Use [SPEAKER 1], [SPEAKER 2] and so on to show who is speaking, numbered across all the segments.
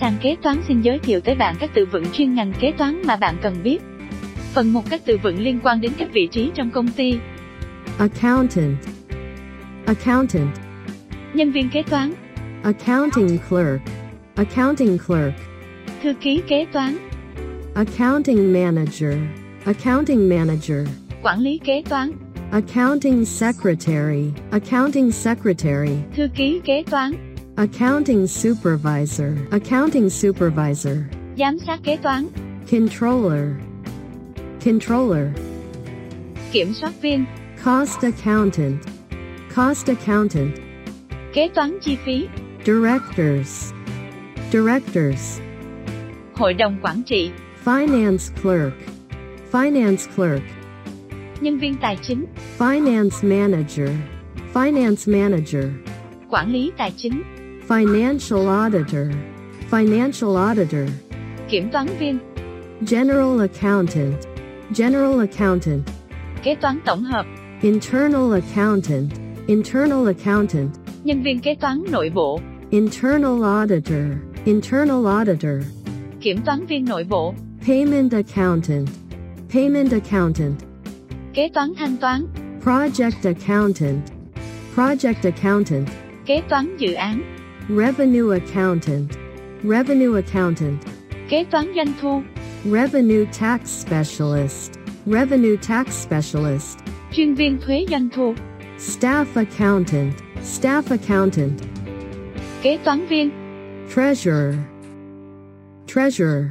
[SPEAKER 1] sàn kế toán xin giới thiệu tới bạn các từ vựng chuyên ngành kế toán mà bạn cần biết. Phần 1 các từ vựng liên quan đến các vị trí trong công ty,
[SPEAKER 2] accountant, accountant,
[SPEAKER 1] nhân viên kế toán,
[SPEAKER 2] accounting clerk, accounting clerk,
[SPEAKER 1] thư ký kế toán,
[SPEAKER 2] accounting manager, accounting manager,
[SPEAKER 1] quản lý kế toán,
[SPEAKER 2] accounting secretary, accounting secretary,
[SPEAKER 1] thư ký kế toán,
[SPEAKER 2] accounting supervisor, accounting supervisor,
[SPEAKER 1] giám sát kế toán,
[SPEAKER 2] controller, controller,
[SPEAKER 1] kiểm soát viên,
[SPEAKER 2] cost accountant, cost accountant,
[SPEAKER 1] kế toán chi phí,
[SPEAKER 2] directors, directors,
[SPEAKER 1] hội đồng quản trị,
[SPEAKER 2] finance clerk, finance clerk,
[SPEAKER 1] nhân viên tài chính,
[SPEAKER 2] Finance manager, finance manager,
[SPEAKER 1] quản lý tài chính,
[SPEAKER 2] financial auditor, financial auditor,
[SPEAKER 1] kiểm toán viên,
[SPEAKER 2] general accountant, general accountant,
[SPEAKER 1] kế toán tổng hợp,
[SPEAKER 2] internal accountant, internal accountant,
[SPEAKER 1] nhân viên kế toán nội bộ,
[SPEAKER 2] internal auditor, internal auditor,
[SPEAKER 1] kiểm toán viên nội bộ,
[SPEAKER 2] payment accountant, payment accountant,
[SPEAKER 1] kế toán thanh toán,
[SPEAKER 2] project accountant, project accountant,
[SPEAKER 1] kế toán dự án,
[SPEAKER 2] revenue accountant, revenue accountant,
[SPEAKER 1] kế toán doanh thu,
[SPEAKER 2] Revenue tax specialist. Revenue tax specialist.
[SPEAKER 1] chuyên viên thuế doanh thu,
[SPEAKER 2] Staff accountant. Staff accountant.
[SPEAKER 1] kế toán viên,
[SPEAKER 2] Treasurer. Treasurer.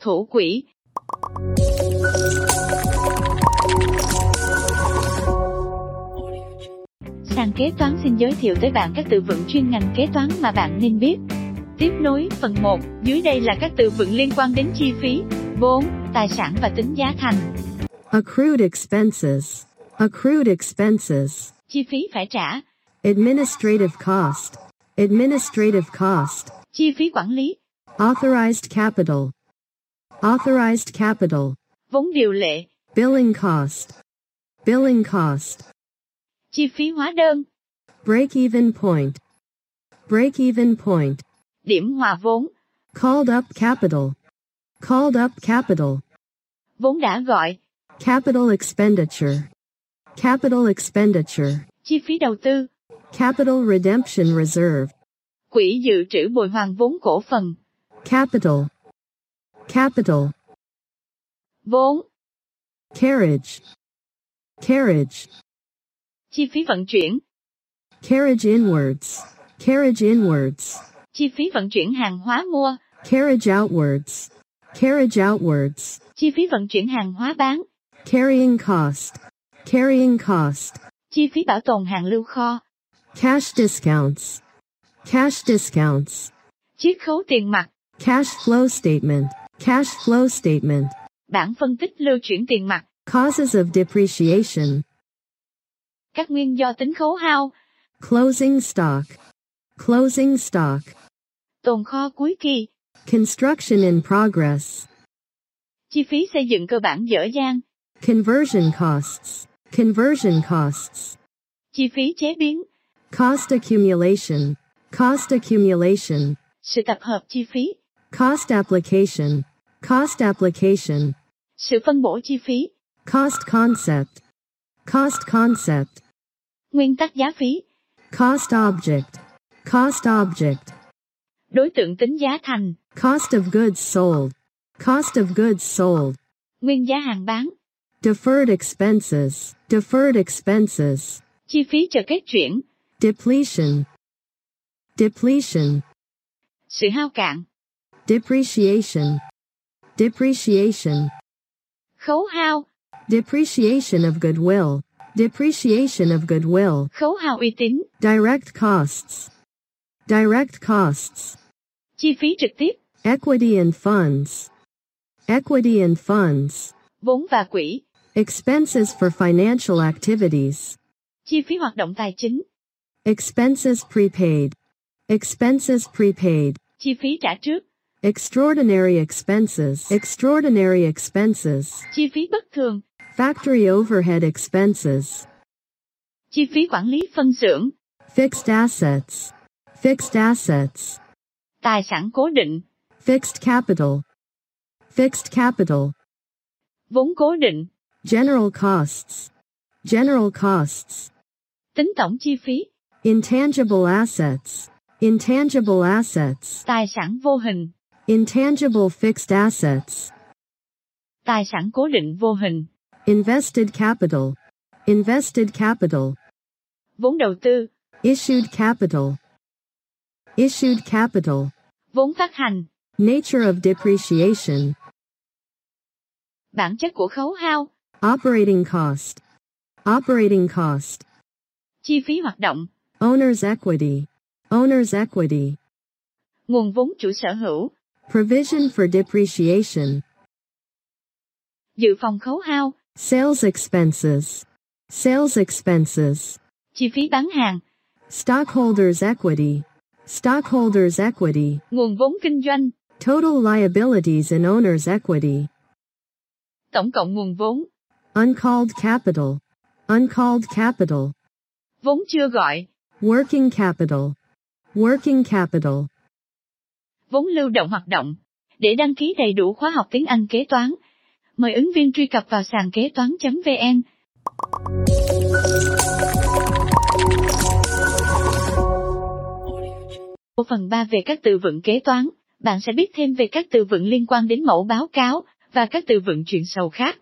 [SPEAKER 1] thủ quỹ, Sàn kế toán xin giới thiệu tới bạn các từ vựng chuyên ngành kế toán mà bạn nên biết. Tiếp nối phần 1, dưới đây là các từ vựng liên quan đến chi phí, vốn, tài sản và tính giá thành.
[SPEAKER 2] Accrued expenses. Accrued expenses.
[SPEAKER 1] Chi phí phải trả,
[SPEAKER 2] Administrative cost. Administrative cost.
[SPEAKER 1] chi phí quản lý,
[SPEAKER 2] Authorized capital. Authorized capital.
[SPEAKER 1] vốn điều lệ,
[SPEAKER 2] Billing cost. Billing cost.
[SPEAKER 1] chi phí hóa đơn,
[SPEAKER 2] Break even point. Break even point.
[SPEAKER 1] điểm hòa vốn,
[SPEAKER 2] Called up capital. Called up capital.
[SPEAKER 1] vốn đã gọi,
[SPEAKER 2] Capital expenditure. Capital expenditure.
[SPEAKER 1] chi phí đầu tư,
[SPEAKER 2] Capital redemption reserve.
[SPEAKER 1] quỹ dự trữ bồi hoàn vốn cổ phần,
[SPEAKER 2] Capital. Capital.
[SPEAKER 1] vốn,
[SPEAKER 2] Carriage. Carriage.
[SPEAKER 1] chi phí vận chuyển,
[SPEAKER 2] Carriage inwards. Carriage inwards.
[SPEAKER 1] chi phí vận chuyển hàng hóa mua,
[SPEAKER 2] Carriage outwards. Carriage outwards.
[SPEAKER 1] chi phí vận chuyển hàng hóa bán,
[SPEAKER 2] Carrying cost. Carrying cost.
[SPEAKER 1] chi phí bảo tồn hàng lưu kho,
[SPEAKER 2] Cash discounts. Cash discounts.
[SPEAKER 1] chiết khấu tiền mặt,
[SPEAKER 2] Cash flow statement. Cash flow statement.
[SPEAKER 1] bản phân tích lưu chuyển tiền mặt,
[SPEAKER 2] Causes of depreciation.
[SPEAKER 1] các nguyên do tính khấu hao,
[SPEAKER 2] Closing stock. Closing stock.
[SPEAKER 1] tồn kho cuối kỳ,
[SPEAKER 2] Construction in progress.
[SPEAKER 1] chi phí xây dựng cơ bản dở dang,
[SPEAKER 2] Conversion costs. Conversion costs.
[SPEAKER 1] chi phí chế biến,
[SPEAKER 2] Cost accumulation. Cost accumulation.
[SPEAKER 1] sự tập hợp chi phí,
[SPEAKER 2] Cost application. Cost application.
[SPEAKER 1] sự phân bổ chi phí,
[SPEAKER 2] Cost concept. Cost concept.
[SPEAKER 1] nguyên tắc giá phí,
[SPEAKER 2] Cost object. Cost object.
[SPEAKER 1] đối tượng tính giá thành,
[SPEAKER 2] Cost of goods sold. Cost of goods sold.
[SPEAKER 1] nguyên giá hàng bán,
[SPEAKER 2] Deferred expenses. Deferred expenses.
[SPEAKER 1] chi phí chờ kết chuyển,
[SPEAKER 2] Depletion. Depletion.
[SPEAKER 1] sự hao cạn,
[SPEAKER 2] Depreciation. Depreciation.
[SPEAKER 1] khấu hao,
[SPEAKER 2] Depreciation of goodwill. Depreciation of goodwill.
[SPEAKER 1] khấu hao uy tín,
[SPEAKER 2] Direct costs. Direct costs.
[SPEAKER 1] chi phí trực tiếp,
[SPEAKER 2] Equity and funds. Equity and funds.
[SPEAKER 1] vốn và quỹ,
[SPEAKER 2] Expenses for financial activities.
[SPEAKER 1] chi phí hoạt động tài chính,
[SPEAKER 2] Expenses prepaid. Expenses prepaid.
[SPEAKER 1] chi phí trả trước,
[SPEAKER 2] Extraordinary expenses. Extraordinary expenses.
[SPEAKER 1] chi phí bất thường,
[SPEAKER 2] Factory overhead expenses.
[SPEAKER 1] chi phí quản lý phân xưởng,
[SPEAKER 2] Fixed assets. Fixed assets.
[SPEAKER 1] Tài sản cố định,
[SPEAKER 2] Fixed capital. Fixed capital.
[SPEAKER 1] vốn cố định,
[SPEAKER 2] General costs. General costs.
[SPEAKER 1] tính tổng chi phí,
[SPEAKER 2] Intangible assets. Intangible assets.
[SPEAKER 1] tài sản vô hình,
[SPEAKER 2] Intangible fixed assets.
[SPEAKER 1] tài sản cố định vô hình,
[SPEAKER 2] Invested capital. Invested capital.
[SPEAKER 1] vốn đầu tư,
[SPEAKER 2] Issued capital. Issued capital.
[SPEAKER 1] vốn phát hành,
[SPEAKER 2] Nature of depreciation.
[SPEAKER 1] bản chất của khấu hao,
[SPEAKER 2] Operating cost. Operating cost.
[SPEAKER 1] chi phí hoạt động,
[SPEAKER 2] Owner's equity. Owner's equity.
[SPEAKER 1] nguồn vốn chủ sở hữu,
[SPEAKER 2] Provision for depreciation.
[SPEAKER 1] dự phòng khấu hao,
[SPEAKER 2] Sales expenses. Sales expenses.
[SPEAKER 1] chi phí bán hàng,
[SPEAKER 2] Stockholders' equity. Stockholders' equity.
[SPEAKER 1] nguồn vốn kinh doanh,
[SPEAKER 2] Total liabilities and owner's equity.
[SPEAKER 1] tổng cộng nguồn vốn,
[SPEAKER 2] Uncalled capital. Uncalled capital.
[SPEAKER 1] vốn chưa gọi,
[SPEAKER 2] Working capital. Working capital.
[SPEAKER 1] vốn lưu động hoạt động. Để đăng ký đầy đủ khóa học tiếng Anh kế toán, mời ứng viên truy cập vào sàn kế toán.vn. Ở phần 3 về các từ vựng kế toán, bạn sẽ biết thêm về các từ vựng liên quan đến mẫu báo cáo và các từ vựng chuyện sầu khác.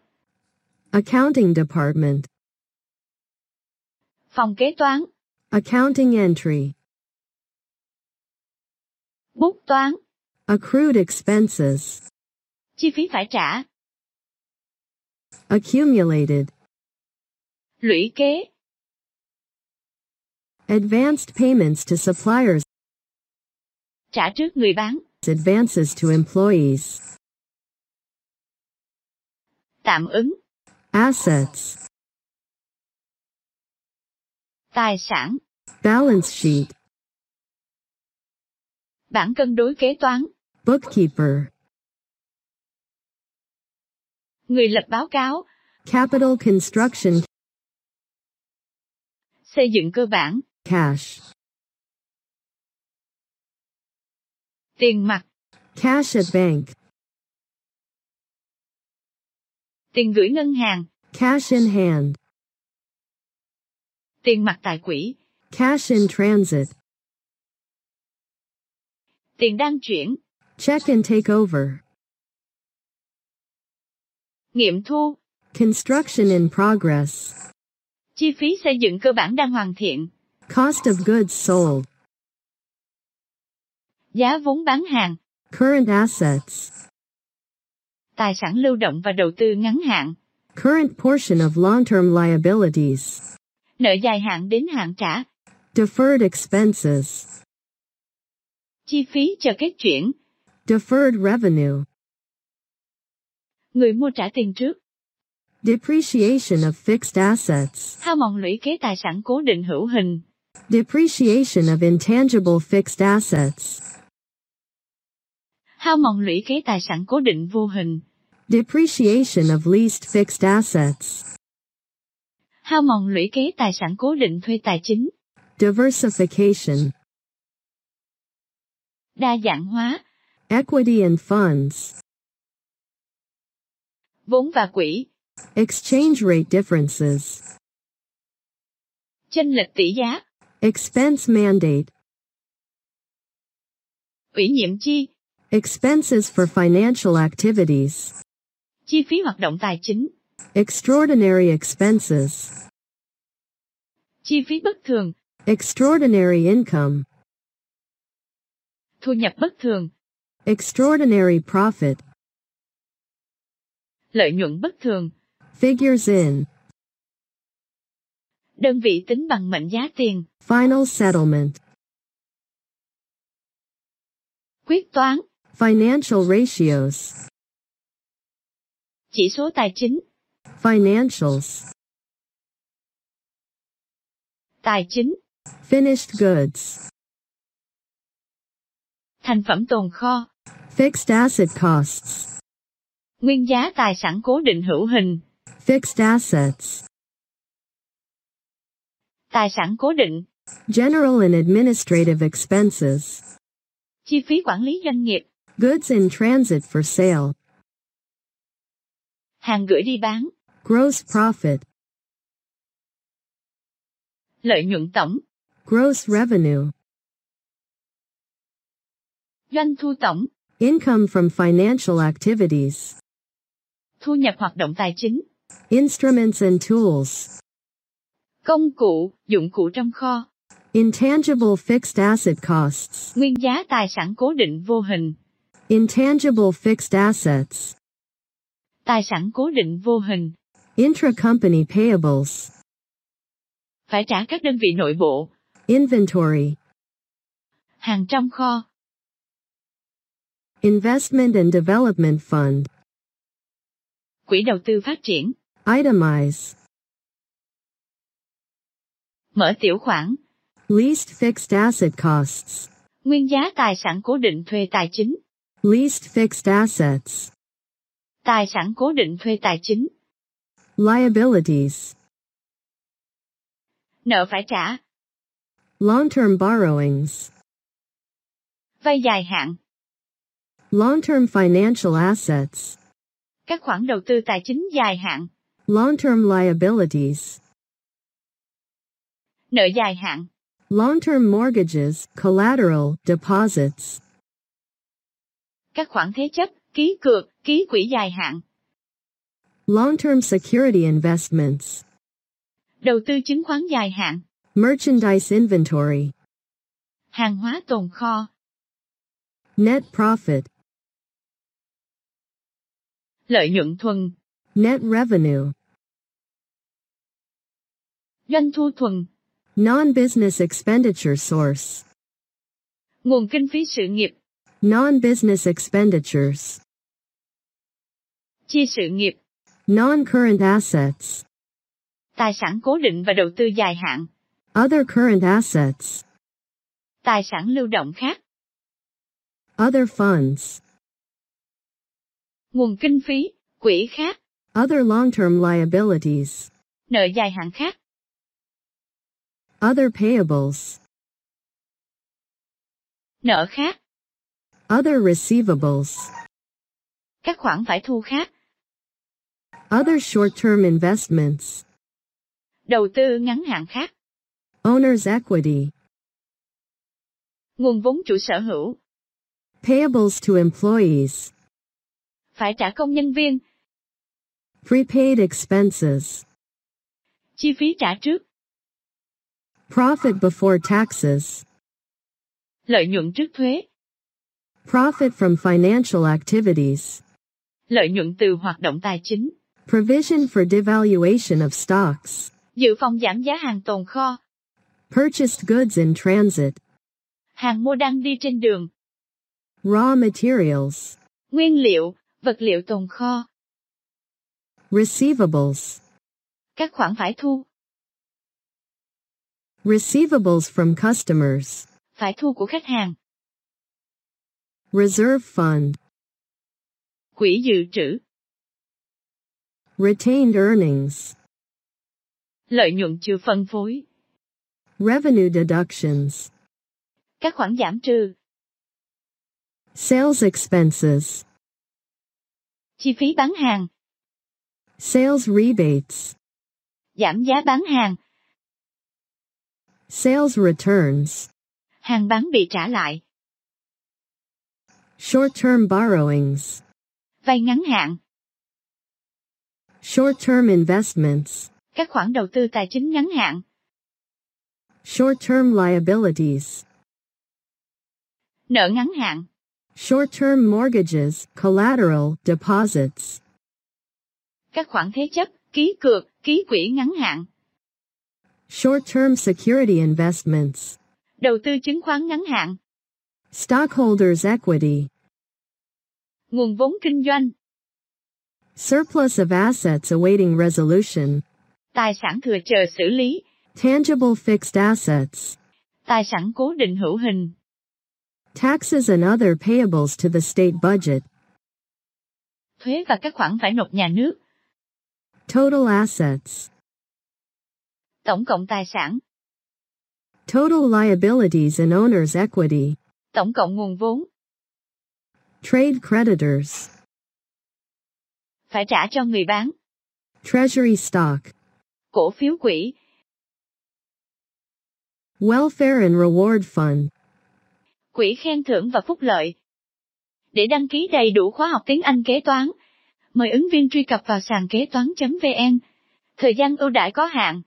[SPEAKER 2] Accounting department.
[SPEAKER 1] Phòng kế toán,
[SPEAKER 2] Accounting entry.
[SPEAKER 1] bút toán,
[SPEAKER 2] Accrued expenses.
[SPEAKER 1] chi phí phải trả,
[SPEAKER 2] Accumulated.
[SPEAKER 1] lũy kế,
[SPEAKER 2] Advanced payments to suppliers.
[SPEAKER 1] trả trước người bán,
[SPEAKER 2] Advances to employees.
[SPEAKER 1] tạm ứng,
[SPEAKER 2] Assets.
[SPEAKER 1] tài sản,
[SPEAKER 2] Balance sheet.
[SPEAKER 1] bản cân đối kế toán,
[SPEAKER 2] Bookkeeper.
[SPEAKER 1] người lập báo cáo,
[SPEAKER 2] Capital construction.
[SPEAKER 1] xây dựng cơ bản,
[SPEAKER 2] Cash.
[SPEAKER 1] tiền mặt,
[SPEAKER 2] Cash at bank.
[SPEAKER 1] tiền gửi ngân hàng,
[SPEAKER 2] Cash in hand.
[SPEAKER 1] tiền mặt tại quỹ,
[SPEAKER 2] Cash in transit.
[SPEAKER 1] tiền đang chuyển,
[SPEAKER 2] Check and take over.
[SPEAKER 1] nghiệm thu,
[SPEAKER 2] Construction in progress.
[SPEAKER 1] chi phí xây dựng cơ bản đang hoàn thiện,
[SPEAKER 2] Cost of goods sold.
[SPEAKER 1] giá vốn bán hàng,
[SPEAKER 2] Current assets.
[SPEAKER 1] tài sản lưu động và đầu tư ngắn hạn,
[SPEAKER 2] Current portion of long-term liabilities.
[SPEAKER 1] nợ dài hạn đến hạn trả,
[SPEAKER 2] Deferred expenses.
[SPEAKER 1] chi phí chờ kết chuyển,
[SPEAKER 2] Deferred revenue.
[SPEAKER 1] người mua trả tiền trước,
[SPEAKER 2] Depreciation of fixed assets.
[SPEAKER 1] hao mòn lũy kế tài sản cố định hữu hình,
[SPEAKER 2] Depreciation of intangible fixed assets.
[SPEAKER 1] hao mòn lũy kế tài sản cố định vô hình,
[SPEAKER 2] Depreciation of leased fixed assets.
[SPEAKER 1] hao mòn lũy kế tài sản cố định thuê tài chính,
[SPEAKER 2] Diversification.
[SPEAKER 1] đa dạng hóa,
[SPEAKER 2] Equity and funds.
[SPEAKER 1] vốn và quỹ,
[SPEAKER 2] Exchange rate differences.
[SPEAKER 1] chênh lệch tỷ giá,
[SPEAKER 2] Expense mandate.
[SPEAKER 1] ủy nhiệm chi,
[SPEAKER 2] Expenses for financial activities.
[SPEAKER 1] chi phí hoạt động tài chính,
[SPEAKER 2] Extraordinary expenses.
[SPEAKER 1] chi phí bất thường,
[SPEAKER 2] Extraordinary income.
[SPEAKER 1] thu nhập bất thường,
[SPEAKER 2] Extraordinary profit.
[SPEAKER 1] lợi nhuận bất thường,
[SPEAKER 2] Figures in.
[SPEAKER 1] đơn vị tính bằng mệnh giá tiền,
[SPEAKER 2] Final settlement.
[SPEAKER 1] quyết toán,
[SPEAKER 2] Financial ratios.
[SPEAKER 1] chỉ số tài chính,
[SPEAKER 2] Financials.
[SPEAKER 1] tài chính,
[SPEAKER 2] Finished goods.
[SPEAKER 1] thành phẩm tồn kho,
[SPEAKER 2] Fixed asset costs.
[SPEAKER 1] nguyên giá tài sản cố định hữu hình,
[SPEAKER 2] Fixed assets.
[SPEAKER 1] tài sản cố định,
[SPEAKER 2] General and administrative expenses.
[SPEAKER 1] chi phí quản lý doanh nghiệp,
[SPEAKER 2] Goods in transit for sale.
[SPEAKER 1] hàng gửi đi bán,
[SPEAKER 2] Gross profit.
[SPEAKER 1] lợi nhuận tổng,
[SPEAKER 2] Gross revenue.
[SPEAKER 1] doanh thu tổng,
[SPEAKER 2] Income from financial activities.
[SPEAKER 1] thu nhập hoạt động tài chính,
[SPEAKER 2] Instruments and tools.
[SPEAKER 1] công cụ, dụng cụ trong kho,
[SPEAKER 2] Intangible fixed asset costs.
[SPEAKER 1] nguyên giá tài sản cố định vô hình,
[SPEAKER 2] Intangible fixed assets.
[SPEAKER 1] tài sản cố định vô hình,
[SPEAKER 2] Intra-company payables.
[SPEAKER 1] phải trả các đơn vị nội bộ,
[SPEAKER 2] Inventory.
[SPEAKER 1] hàng trong kho,
[SPEAKER 2] Investment and development fund.
[SPEAKER 1] quỹ đầu tư phát triển,
[SPEAKER 2] Itemize.
[SPEAKER 1] mở tiểu khoản,
[SPEAKER 2] Leased fixed asset costs.
[SPEAKER 1] nguyên giá tài sản cố định thuê tài chính,
[SPEAKER 2] Leased fixed assets.
[SPEAKER 1] tài sản cố định thuê tài chính,
[SPEAKER 2] Liabilities.
[SPEAKER 1] nợ phải trả,
[SPEAKER 2] Long-term borrowings.
[SPEAKER 1] vay dài hạn,
[SPEAKER 2] Long-term financial assets.
[SPEAKER 1] các khoản đầu tư tài chính dài hạn,
[SPEAKER 2] Long-term liabilities.
[SPEAKER 1] nợ dài hạn,
[SPEAKER 2] Long-term mortgages, collateral, deposits.
[SPEAKER 1] các khoản thế chấp, ký cược, ký quỹ dài hạn,
[SPEAKER 2] Long-term security investments.
[SPEAKER 1] đầu tư chứng khoán dài hạn,
[SPEAKER 2] Merchandise inventory.
[SPEAKER 1] hàng hóa tồn kho,
[SPEAKER 2] Net profit.
[SPEAKER 1] lợi nhuận thuần,
[SPEAKER 2] Net revenue.
[SPEAKER 1] doanh thu thuần,
[SPEAKER 2] Non-business expenditure source.
[SPEAKER 1] nguồn kinh phí sự nghiệp,
[SPEAKER 2] Non-business expenditures.
[SPEAKER 1] chi sự nghiệp,
[SPEAKER 2] Non-current assets.
[SPEAKER 1] tài sản cố định và đầu tư dài hạn,
[SPEAKER 2] Other current assets.
[SPEAKER 1] tài sản lưu động khác,
[SPEAKER 2] Other funds.
[SPEAKER 1] nguồn kinh phí, quỹ khác,
[SPEAKER 2] Other long-term liabilities.
[SPEAKER 1] nợ dài hạn khác,
[SPEAKER 2] Other payables.
[SPEAKER 1] nợ khác,
[SPEAKER 2] Other receivables.
[SPEAKER 1] các khoản phải thu khác,
[SPEAKER 2] Other short-term investments.
[SPEAKER 1] đầu tư ngắn hạn khác,
[SPEAKER 2] Owner's equity.
[SPEAKER 1] nguồn vốn chủ sở hữu,
[SPEAKER 2] Payables to employees.
[SPEAKER 1] phải trả công nhân viên,
[SPEAKER 2] Prepaid expenses.
[SPEAKER 1] chi phí trả trước,
[SPEAKER 2] Profit before taxes.
[SPEAKER 1] lợi nhuận trước thuế,
[SPEAKER 2] Profit from financial activities.
[SPEAKER 1] lợi nhuận từ hoạt động tài chính,
[SPEAKER 2] Provision for devaluation of stocks.
[SPEAKER 1] dự phòng giảm giá hàng tồn kho,
[SPEAKER 2] Purchased goods in transit.
[SPEAKER 1] hàng mua đang đi trên đường,
[SPEAKER 2] Raw materials.
[SPEAKER 1] nguyên liệu, vật liệu tồn kho,
[SPEAKER 2] Receivables.
[SPEAKER 1] các khoản phải thu,
[SPEAKER 2] Receivables from customers.
[SPEAKER 1] phải thu của khách hàng,
[SPEAKER 2] Reserve fund.
[SPEAKER 1] quỹ dự trữ,
[SPEAKER 2] Retained earnings.
[SPEAKER 1] lợi nhuận chưa phân phối,
[SPEAKER 2] Revenue deductions.
[SPEAKER 1] các khoản giảm trừ,
[SPEAKER 2] Sales expenses.
[SPEAKER 1] chi phí bán hàng,
[SPEAKER 2] Sales rebates.
[SPEAKER 1] giảm giá bán hàng,
[SPEAKER 2] Sales returns.
[SPEAKER 1] hàng bán bị trả lại,
[SPEAKER 2] Short-term borrowings.
[SPEAKER 1] vay ngắn hạn,
[SPEAKER 2] Short-term investments.
[SPEAKER 1] các khoản đầu tư tài chính ngắn hạn,
[SPEAKER 2] Short-term liabilities.
[SPEAKER 1] nợ ngắn hạn,
[SPEAKER 2] Short-term mortgages, collateral, deposits.
[SPEAKER 1] các khoản thế chấp, ký cược, ký quỹ ngắn hạn,
[SPEAKER 2] Short-term security investments.
[SPEAKER 1] đầu tư chứng khoán ngắn hạn,
[SPEAKER 2] Stockholders' equity.
[SPEAKER 1] nguồn vốn kinh doanh,
[SPEAKER 2] Surplus of assets awaiting resolution.
[SPEAKER 1] tài sản thừa chờ xử lý,
[SPEAKER 2] Tangible fixed assets.
[SPEAKER 1] tài sản cố định hữu hình,
[SPEAKER 2] Taxes and other payables to the state budget.
[SPEAKER 1] thuế và các khoản phải nộp nhà nước,
[SPEAKER 2] Total assets.
[SPEAKER 1] tổng cộng tài sản,
[SPEAKER 2] Total liabilities and owner's equity.
[SPEAKER 1] Tổng cộng nguồn vốn,
[SPEAKER 2] trade creditors,
[SPEAKER 1] phải trả cho người bán,
[SPEAKER 2] treasury stock,
[SPEAKER 1] cổ phiếu quỹ,
[SPEAKER 2] welfare and reward fund,
[SPEAKER 1] quỹ khen thưởng và phúc lợi. Để đăng ký đầy đủ khóa học tiếng Anh kế toán, mời ứng viên truy cập vào sàn kế toán.vn. Thời gian ưu đãi có hạn.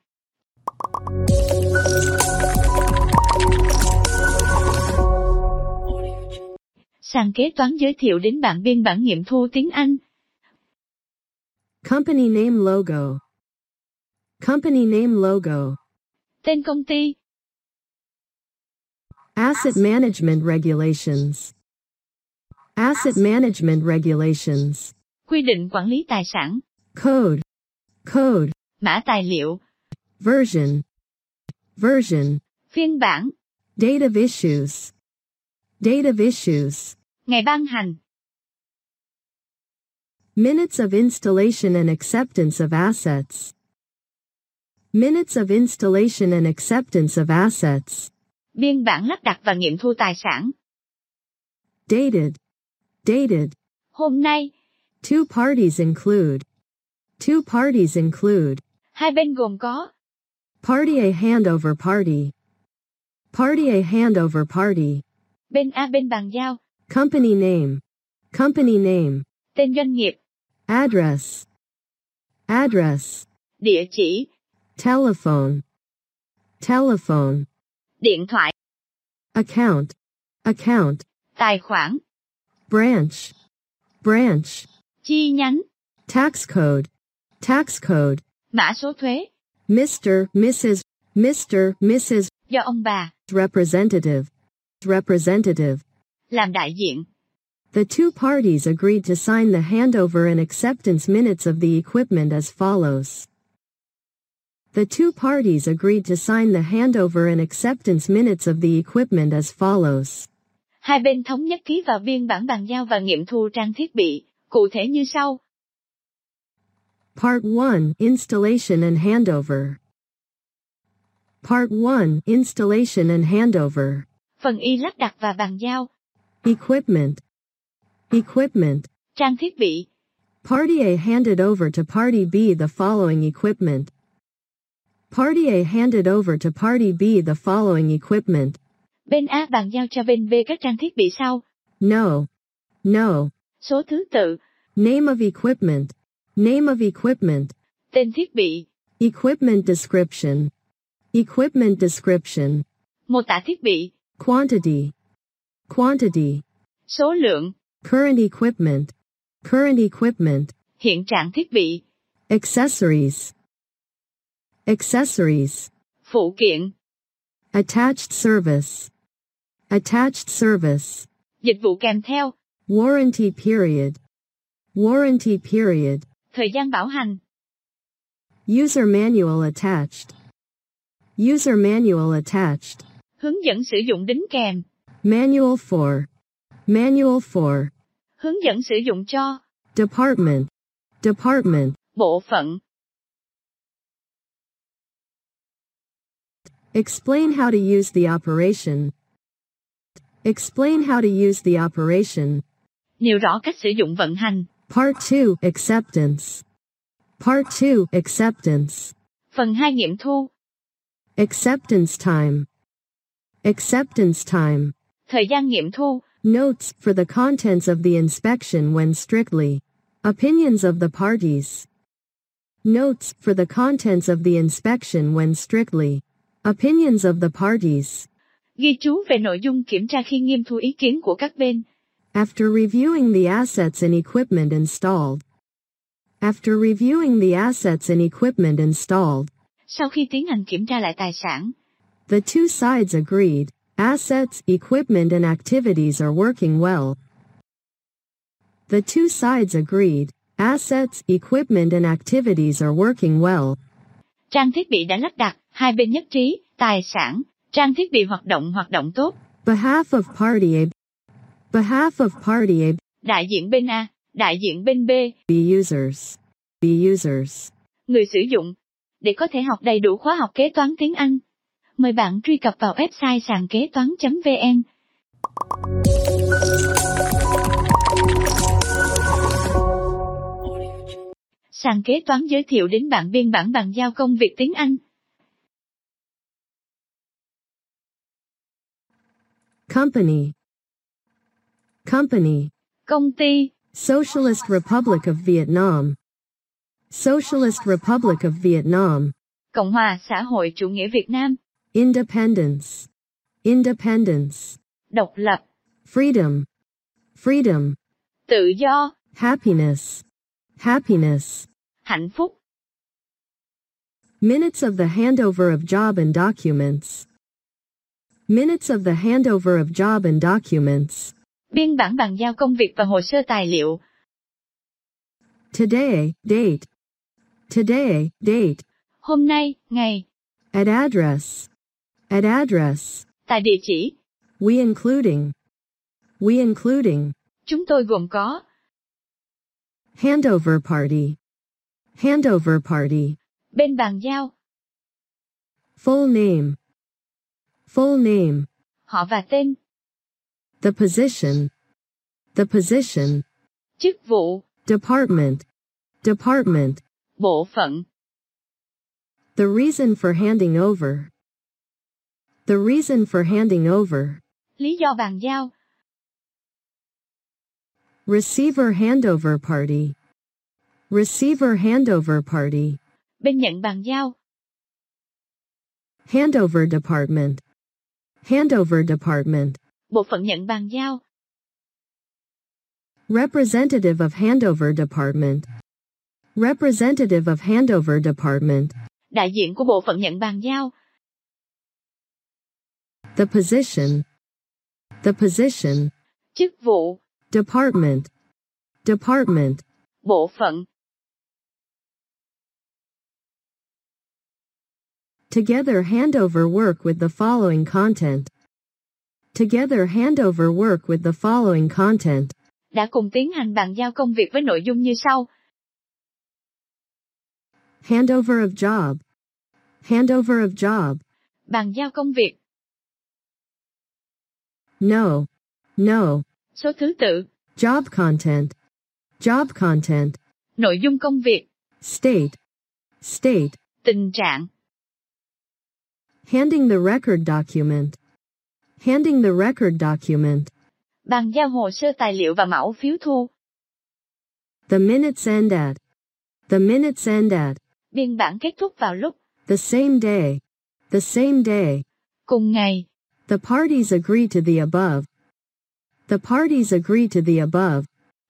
[SPEAKER 1] Sàn kế toán giới thiệu đến bạn biên bản nghiệm thu tiếng Anh,
[SPEAKER 2] company name logo, company name logo,
[SPEAKER 1] tên công ty,
[SPEAKER 2] asset management regulations, asset management regulations,
[SPEAKER 1] quy định quản lý tài sản,
[SPEAKER 2] code, code,
[SPEAKER 1] mã tài liệu,
[SPEAKER 2] version, version,
[SPEAKER 1] phiên bản,
[SPEAKER 2] date of issues, date of issues,
[SPEAKER 1] ngày ban hành,
[SPEAKER 2] minutes of installation and acceptance of assets, minutes of installation and acceptance of assets,
[SPEAKER 1] biên bản lắp đặt và nghiệm thu tài sản.
[SPEAKER 2] dated, dated,
[SPEAKER 1] Hôm nay,
[SPEAKER 2] two parties include, two parties include,
[SPEAKER 1] hai bên gồm có
[SPEAKER 2] Party A handover party. Party A handover party.
[SPEAKER 1] bên A bên bàn giao,
[SPEAKER 2] Company name. Company name.
[SPEAKER 1] tên doanh nghiệp,
[SPEAKER 2] Address. Address.
[SPEAKER 1] địa chỉ,
[SPEAKER 2] Telephone. Telephone.
[SPEAKER 1] điện thoại,
[SPEAKER 2] Account. Account.
[SPEAKER 1] tài khoản,
[SPEAKER 2] Branch. Branch.
[SPEAKER 1] chi nhánh,
[SPEAKER 2] Tax code. Tax code.
[SPEAKER 1] mã số thuế,
[SPEAKER 2] Mr. Mrs. Mr. Mrs.
[SPEAKER 1] do ông bà,
[SPEAKER 2] Representative. Representative.
[SPEAKER 1] làm đại diện,
[SPEAKER 2] The two parties agreed to sign the handover and acceptance minutes of the equipment as follows. The two parties agreed to sign the handover and acceptance minutes of the equipment as follows.
[SPEAKER 1] hai bên thống nhất ký vào biên bản bàn giao và nghiệm thu trang thiết bị, cụ thể như sau.
[SPEAKER 2] Part 1 Installation and Handover. Part 1 Installation and Handover.
[SPEAKER 1] Phần y lắp đặt và bàn giao,
[SPEAKER 2] Equipment. Equipment.
[SPEAKER 1] trang thiết bị,
[SPEAKER 2] Party A handed over to Party B the following equipment. Party A handed over to Party B the following equipment.
[SPEAKER 1] bên A bàn giao cho bên B các trang thiết bị sau,
[SPEAKER 2] No. No.
[SPEAKER 1] số thứ tự,
[SPEAKER 2] Name of equipment. Name of equipment.
[SPEAKER 1] tên thiết bị,
[SPEAKER 2] Equipment description. Equipment description.
[SPEAKER 1] mô tả thiết bị,
[SPEAKER 2] Quantity. Quantity.
[SPEAKER 1] số lượng,
[SPEAKER 2] Current equipment. Current equipment.
[SPEAKER 1] hiện trạng thiết bị,
[SPEAKER 2] Accessories. Accessories.
[SPEAKER 1] phụ kiện,
[SPEAKER 2] Attached service. Attached service.
[SPEAKER 1] dịch vụ kèm theo,
[SPEAKER 2] Warranty period. Warranty period.
[SPEAKER 1] thời gian bảo hành,
[SPEAKER 2] User manual attached. User manual attached.
[SPEAKER 1] hướng dẫn sử dụng đính kèm,
[SPEAKER 2] Manual for. Manual for.
[SPEAKER 1] hướng dẫn sử dụng cho,
[SPEAKER 2] Department. Department.
[SPEAKER 1] bộ phận,
[SPEAKER 2] Explain how to use the operation. Explain how to use the operation.
[SPEAKER 1] nêu rõ cách sử dụng vận hành,
[SPEAKER 2] Part 2 Acceptance. Part 2 Acceptance.
[SPEAKER 1] phần 2 nghiệm thu,
[SPEAKER 2] Acceptance time. Acceptance time.
[SPEAKER 1] thời gian nghiệm thu,
[SPEAKER 2] Notes for the contents of the inspection when strictly. Opinions of the parties. Notes for the contents of the inspection when strictly. Opinions of the parties.
[SPEAKER 1] ghi chú về nội dung kiểm tra khi nghiêm thu ý kiến của các bên,
[SPEAKER 2] After reviewing the assets and equipment installed. After reviewing the assets and equipment installed.
[SPEAKER 1] sau khi tiến hành kiểm tra lại tài sản,
[SPEAKER 2] The two sides agreed. Assets, equipment, and activities are working well. The two sides agreed. Assets, equipment, and activities are working well.
[SPEAKER 1] trang thiết bị đã lắp đặt, hai bên nhất trí, tài sản, trang thiết bị hoạt động hoạt động tốt,
[SPEAKER 2] Behalf of party A. Behalf of party A.
[SPEAKER 1] đại diện bên A, đại diện bên B,
[SPEAKER 2] B users. B users.
[SPEAKER 1] người sử dụng. Để có thể học đầy đủ khóa học kế toán tiếng Anh, mời bạn truy cập vào website sàn kế toán.vn. Sàn kế toán giới thiệu đến bạn biên bản bàn giao công việc tiếng Anh.
[SPEAKER 2] Company. Company.
[SPEAKER 1] Công ty,
[SPEAKER 2] Socialist Republic of Vietnam. Socialist Republic of Vietnam.
[SPEAKER 1] Cộng hòa xã hội chủ nghĩa Việt Nam,
[SPEAKER 2] Independence. Independence.
[SPEAKER 1] độc lập,
[SPEAKER 2] Freedom. Freedom.
[SPEAKER 1] tự do,
[SPEAKER 2] Happiness. Happiness.
[SPEAKER 1] hạnh phúc.
[SPEAKER 2] Minutes of the handover of job and documents. Minutes of the handover of job and documents.
[SPEAKER 1] Biên bản bàn giao công việc và hồ sơ tài liệu.
[SPEAKER 2] Today, date. Today, date.
[SPEAKER 1] Hôm nay, ngày,
[SPEAKER 2] At address. At address.
[SPEAKER 1] tại địa chỉ,
[SPEAKER 2] We including. We including.
[SPEAKER 1] chúng tôi gồm có
[SPEAKER 2] Handover party. Handover party.
[SPEAKER 1] bên bàn giao,
[SPEAKER 2] Full name. Full name.
[SPEAKER 1] họ và tên,
[SPEAKER 2] The position. The position.
[SPEAKER 1] chức vụ,
[SPEAKER 2] Department. Department.
[SPEAKER 1] bộ phận,
[SPEAKER 2] The reason for handing over. The reason for handing over.
[SPEAKER 1] lý do bàn giao,
[SPEAKER 2] Receiver handover party. Receiver handover party.
[SPEAKER 1] bên nhận bàn giao,
[SPEAKER 2] Handover department. Handover department.
[SPEAKER 1] bộ phận nhận bàn giao,
[SPEAKER 2] Representative of handover department. Representative of handover department.
[SPEAKER 1] đại diện của bộ phận nhận bàn giao,
[SPEAKER 2] The position. The position.
[SPEAKER 1] chức vụ,
[SPEAKER 2] Department. Department.
[SPEAKER 1] bộ phận,
[SPEAKER 2] Together handover work with the following content. Together handover work with the following content.
[SPEAKER 1] đã cùng tiến hành bàn giao công việc với nội dung như sau.
[SPEAKER 2] Handover of job. Handover of job.
[SPEAKER 1] Bàn giao công việc,
[SPEAKER 2] No. No.
[SPEAKER 1] số thứ tự,
[SPEAKER 2] Job content. Job content.
[SPEAKER 1] nội dung công việc,
[SPEAKER 2] State. State.
[SPEAKER 1] tình trạng,
[SPEAKER 2] Handing the record document. Handing the record document.
[SPEAKER 1] bàn giao hồ sơ tài liệu và mẫu phiếu thu,
[SPEAKER 2] The minutes end at. The minutes end at.
[SPEAKER 1] biên bản kết thúc vào lúc,
[SPEAKER 2] The same day. The same day.
[SPEAKER 1] cùng ngày,
[SPEAKER 2] The parties agree to the above. The parties agree to the above.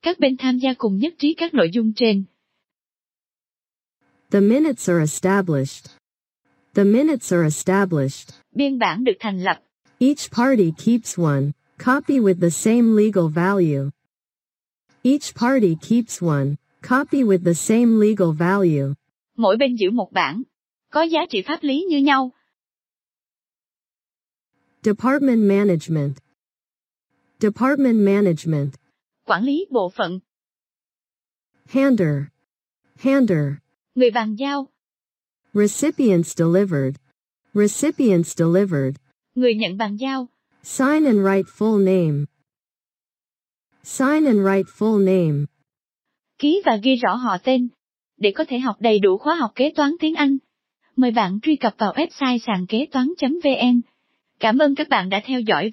[SPEAKER 1] các bên tham gia cùng nhất trí các nội dung trên,
[SPEAKER 2] The minutes are established. The minutes are established.
[SPEAKER 1] biên bản được thành lập,
[SPEAKER 2] Each party keeps one copy with the same legal value. Each party keeps one copy with the same legal value.
[SPEAKER 1] mỗi bên giữ một bản, có giá trị pháp lý như nhau,
[SPEAKER 2] Department management. Department management.
[SPEAKER 1] quản lý bộ phận,
[SPEAKER 2] Hander. Hander.
[SPEAKER 1] người bàn giao,
[SPEAKER 2] Recipients delivered. Recipients delivered.
[SPEAKER 1] người nhận bàn giao,
[SPEAKER 2] Sign and write full name. Sign and write full name.
[SPEAKER 1] ký và ghi rõ họ tên, để có thể học đầy đủ khóa học kế toán tiếng Anh. Mời bạn truy cập vào website sàn kế toán.vn. Cảm ơn các bạn đã theo dõi.